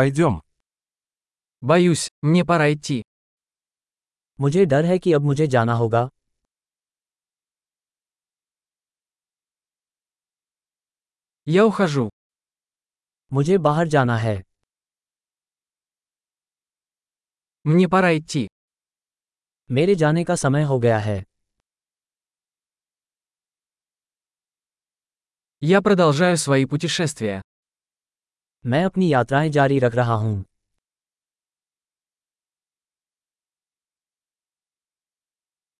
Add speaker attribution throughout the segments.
Speaker 1: Пойдем.
Speaker 2: Боюсь, мне пора идти.
Speaker 3: मुझे डर है कि अब मुझे जाना होगा
Speaker 2: Я ухожу.
Speaker 3: मुझे बाहर जाना है
Speaker 2: Мне пора идти.
Speaker 3: मेरे जाने का समय हो गया है
Speaker 2: Я продолжаю свои путешествия.
Speaker 3: मैं अपनी यात्राएं जारी रख रहा हूँ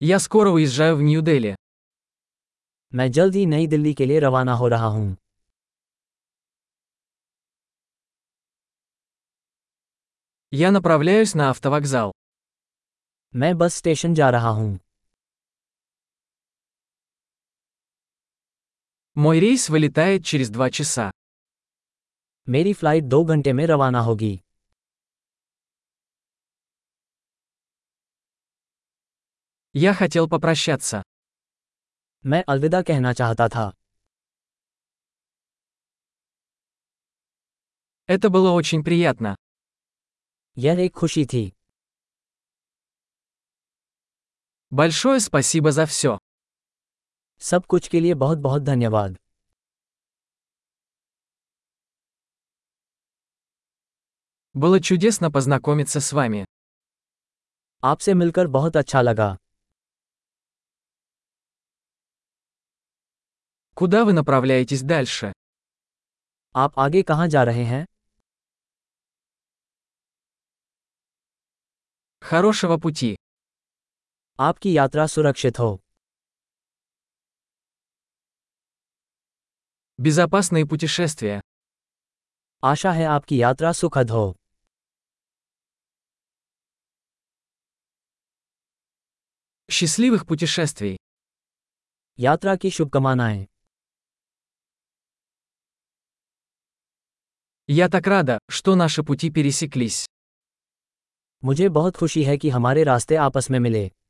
Speaker 2: Я скоро уезжаю в Нью-Дели.
Speaker 3: मैं जल्द ही नई दिल्ली के लिए रवाना हो रहा हूँ
Speaker 2: Я направляюсь на автовокзал.
Speaker 3: मैं बस स्टेशन जा रहा हूँ
Speaker 2: Мой рейс вылетает через два часа.
Speaker 3: मेरी फ्लाइट दो घंटे में रवाना होगी
Speaker 2: Я хотел попрощаться.
Speaker 3: मैं अलविदा कहना चाहता था
Speaker 2: Это было очень приятно.
Speaker 3: यह एक खुशी थी
Speaker 2: Большое спасибо за все.
Speaker 3: सब कुछ के लिए बहुत बहुत धन्यवाद
Speaker 2: Было чудесно познакомиться с вами.
Speaker 3: आपसे मिलकर बहुत अच्छा लगा
Speaker 2: Куда вы направляетесь дальше?
Speaker 3: आप आगे कहाँ जा रहे हैं
Speaker 2: Хорошего пути.
Speaker 3: आपकी यात्रा सुरक्षित हो
Speaker 2: Безопасные путешествия.
Speaker 3: आशा है आपकी यात्रा सुखद हो
Speaker 2: Счастливых путешествий.
Speaker 3: यात्रा की शुभकामनाएं
Speaker 2: Я так рада, что наши пути пересеклись.
Speaker 3: मुझे बहुत खुशी है कि हमारे रास्ते आपस में मिले